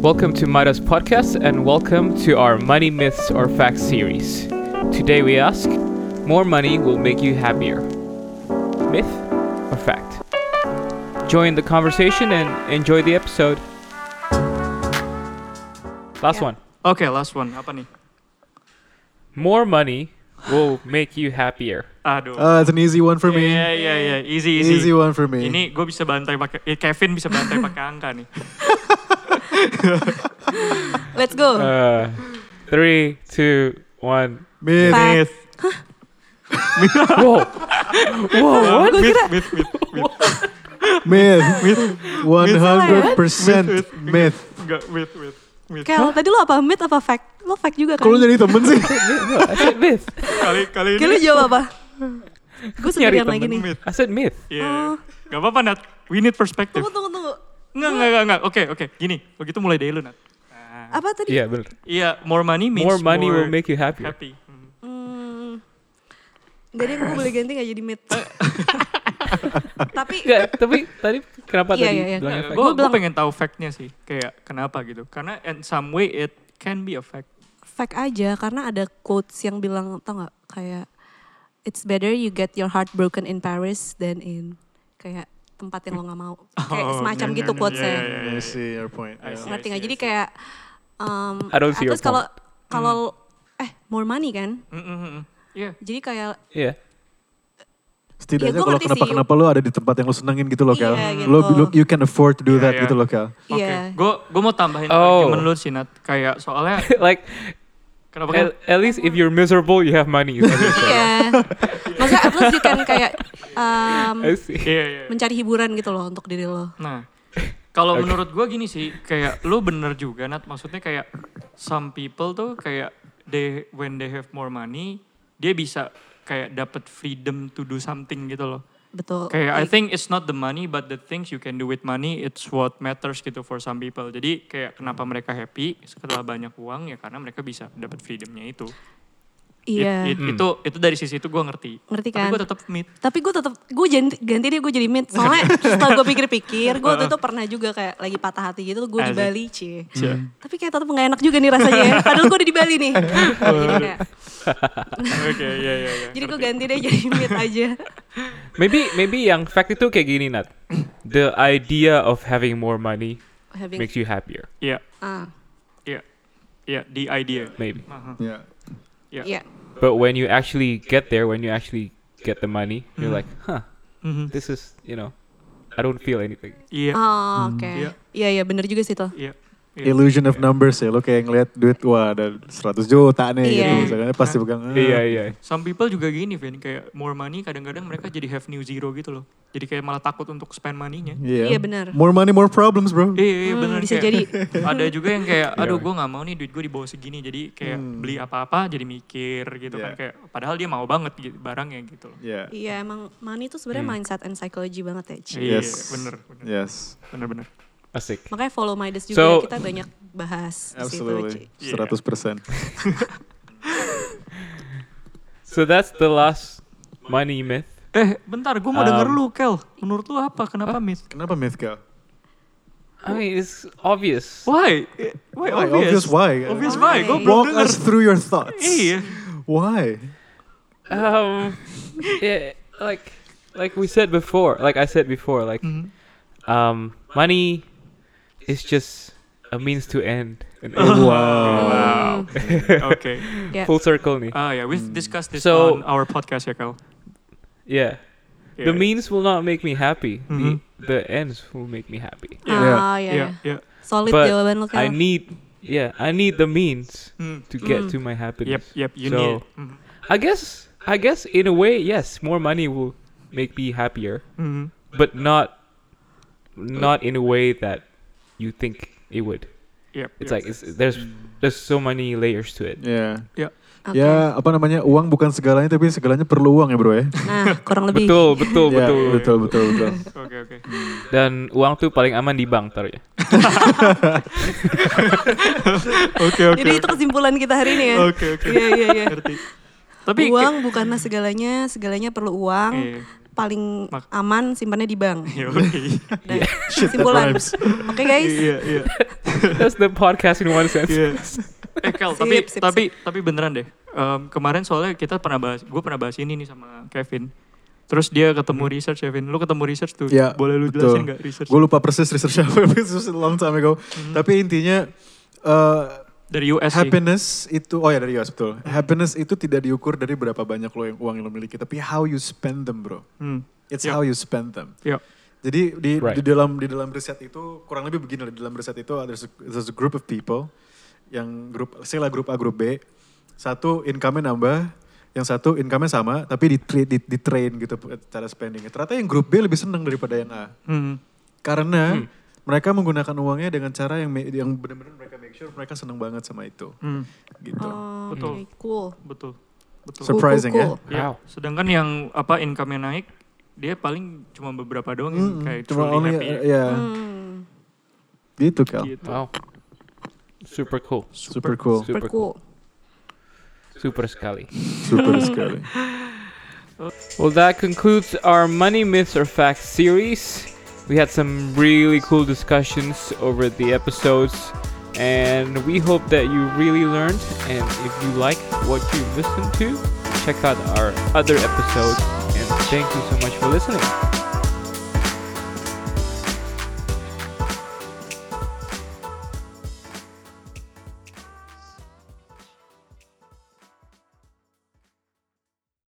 Welcome to Midas Podcast and welcome to our Money Myths or Facts series. Today we ask More money will make you happier. Myth or fact? Join the conversation and enjoy the episode. Last Yeah. one. Oke, last one. Apa nih? More money will make you happier. Aduh. Uh, it's an easy one for me. Iya, iya, iya. Easy, easy. easy. one for me. Ini gue bisa bantai pakai eh, Kevin bisa bantai pakai angka nih. Let's Eh, go. Uh, three, two, one. Myth. Fact. Myth. Whoa! Whoa! Gue Myth, kira myth, myth, myth. Myth. ya? One hundred percent Myth, myth. myth. Enggak, myth, myth. Myth. Kel, tadi lo apa myth apa fact? Lo fact juga kan? Kalau jadi temen sih. No, I said myth. Kali kali Kel, lo ini jawab apa? Gue Nyari sendirian lagi temen. nih. myth. I said myth. Iya. Gak apa-apa, Nat. We need perspective. Tunggu, tunggu, tunggu. Enggak, enggak, enggak, enggak. Oke, oke. Gini, begitu mulai dari lu, Nat. Nah. Apa tadi? Yeah, bener. Iya, more money means More money will make you happier. happy. Hmm. Hmm. Jadi gue boleh ganti gak jadi myth. Tapi Enggak, tapi tadi kenapa Iya, tadi iya, iya. bilangnya fact? Gue bilang- pengen tahu fact-nya sih. Kayak kenapa gitu. Karena in some way it can be a fact. fact aja karena ada quotes yang bilang tau gak kayak it's better you get your heart broken in Paris than in kayak tempat yang lo nggak mau. Kayak Oh, semacam iya, gitu iya, quotesnya. iya, iya. I see your point. I see. ngerti I nggak? Jadi I see. kayak um, I don't see at your least kalau kalau Hmm. eh more money kan. Mm, mm, mm, mm. Iya. Jadi kayak Iya. Setidaknya Iya, gua kalau ngerti kenapa sih. kenapa lo ada di tempat yang lo senengin gitu loh Kel. Iya, Lo, gitu. lo you can afford to do Iya, that iya. gitu loh Kel. Oke, iya. gue gue mau tambahin Oh. argumen lu sih Nat. Kayak soalnya like kenapa kan? at, at least if you're miserable, you have money. Iya. Maksudnya at least you can kayak um, I see. Iya iya. mencari hiburan gitu loh untuk diri lo. Nah, kalau menurut gue gini sih, kayak lu bener juga Nat. Maksudnya kayak some people tuh kayak they when they have more money, dia bisa kayak dapat freedom to do something gitu loh. Betul. Kayak I Like, think it's not the money but the things you can do with money it's what matters gitu for some people. Jadi kayak kenapa mereka happy setelah banyak uang ya karena mereka bisa dapat freedomnya itu. It- Iya. it- Itu itu dari sisi itu gue ngerti. Ngerti Tapi kan? gue tetap mid. Tapi gue tetap gue ganti, ganti deh gue jadi mid. Soalnya setelah gue pikir-pikir, gue waktu itu pernah juga kayak lagi patah hati gitu, gue di Uh-huh. Asik. Bali cie. Cie. Tapi kayak tetap gak enak juga nih rasanya. ya. Padahal gue udah di Bali nih. Jadi kayak, Oke, iya iya iya. jadi gue ganti deh jadi mid aja. Maybe maybe yang fact itu kayak gini Nat. The idea of having more money Having, makes you happier. Iya, ah, iya. Iya, the idea. Maybe. Aha. Yeah. Iya. iya. But when you actually get there, when you actually get the money, you're like, huh, Mhm. this is you know, I don't feel anything. Iya. Oh, oke. Iya. Iya, iya bener juga sih tuh. Iya. iya. Illusion of numbers ya. Lo kayak ngeliat duit wah ada 100 juta nih Iya. gitu. Misalkan pasti pegang. ah. Iya iya. Some people juga gini, Vin, kayak more money kadang-kadang mereka jadi have new zero gitu loh. Jadi kayak malah takut untuk spend money-nya. Iya. Iya, benar. More money more problems bro. Iya, iya Hmm, bener. bisa kayak jadi. Ada juga yang kayak, Iya. aduh gue gak mau nih duit gue di bawah segini. Jadi kayak Hmm. beli apa-apa jadi mikir gitu kan. Iya. kayak Padahal dia mau banget gitu, barangnya gitu loh. Iya. Iya, emang money itu sebenarnya mindset and psychology banget ya. Ci. Iya, Yes. bener, bener. Yes. Bener-bener. Asik. Makanya follow Midas juga So- ya, kita banyak bahas di situ, Ci. Absolutely. Ci. 100%. So that's the last money myth. Eh, bentar, gue mau denger Um, lu, Kel. Menurut lu apa? Kenapa miss? Kenapa myth Kel? I mean, it's obvious. Why? Eh, Why? Why? Obvious. Obvious why? Obvious why? Gue Why? belum Walk denger. us through your thoughts. Iya. Why? um yeah like like we said before like i said before like Mhm. um money is just a means to end an end. wow. Wow. Oke. Ya. full circle nih. Ah ya, Hmm. we've discussed this So- on our podcast ya, Kel. yeah the Yeah. means will not make me happy Mhm. the, the ends will make me happy Ah, iya, Iya, iya. iya. Solid But jawaban lo, i Kel. need yeah i need the means Hmm. to get Mm. to my Yep, happiness yep, you so need it. Mhm. i guess i guess in a way yes more money will make me happier Mhm. but not not in a way that you think it would. Yep. It's yep. like it's, there's there's so many layers to it. Ya. Yep. Oke. Ya, apa namanya? Uang bukan segalanya tapi segalanya perlu uang ya, Bro ya. Nah, kurang lebih. Betul, betul, Ya, betul. betul, betul, betul. Oke, oke. Dan uang tuh paling aman di bank taruh ya. Oke, Jadi itu kesimpulan kita hari ini ya. Oke, oke. Iya, iya, iya. Ngerti. Tapi kayak- uang bukanlah segalanya, segalanya perlu uang. Iya. Paling Mak- aman simpannya di bank. Iya, oke. Nah, Shit, that kesimpulan. rhymes. Oke guys, Iya, iya. That's the podcast in one sense. eh Kel, tapi Sip, sip, tapi tapi beneran deh. Em, kemarin soalnya kita pernah bahas, gue pernah bahas ini nih sama Kevin. Terus dia ketemu Hmm. research Kevin. Lu ketemu research tuh. Ya, Boleh lu betul. jelasin nggak research Gue lupa persis research apa, this was a long time ago. Tapi intinya eh, dari US sih? happiness itu, oh ya dari US betul. Happiness itu tidak diukur dari berapa banyak lo yang uang yang lo miliki, tapi how you spend them bro. Hmm. It's Ya. how you spend them. Ya. Jadi di, Right. di dalam di dalam riset itu kurang lebih begini lah. di dalam riset itu ada there's a group of people yang grup say lah grup A grup B satu income-nya nambah yang satu income-nya sama tapi di, tra- di, di train gitu cara spending ternyata yang grup B lebih senang daripada yang A Hmm. karena mereka menggunakan uangnya dengan cara yang me- yang benar-benar mereka make sure mereka senang banget sama itu Hmm. gitu Oh, Betul. okay, cool. Betul. Betul. Cool, cool, Surprising, ya? cool. Ya, Wow. sedangkan yang apa income-nya naik, dia paling cuma beberapa doang yang Mm-mm. kayak Hmm, cuma truly only happy. uh, ya Hmm, gitu Kel Gitu. Wow. Super cool. super cool super cool. Super sekali. super sekali Well, that concludes our Money Myths or Facts series. We had some really cool discussions over the episodes, and we hope that you really learned. And if you like what you listened to, check out our other episodes. And thank you so much for listening.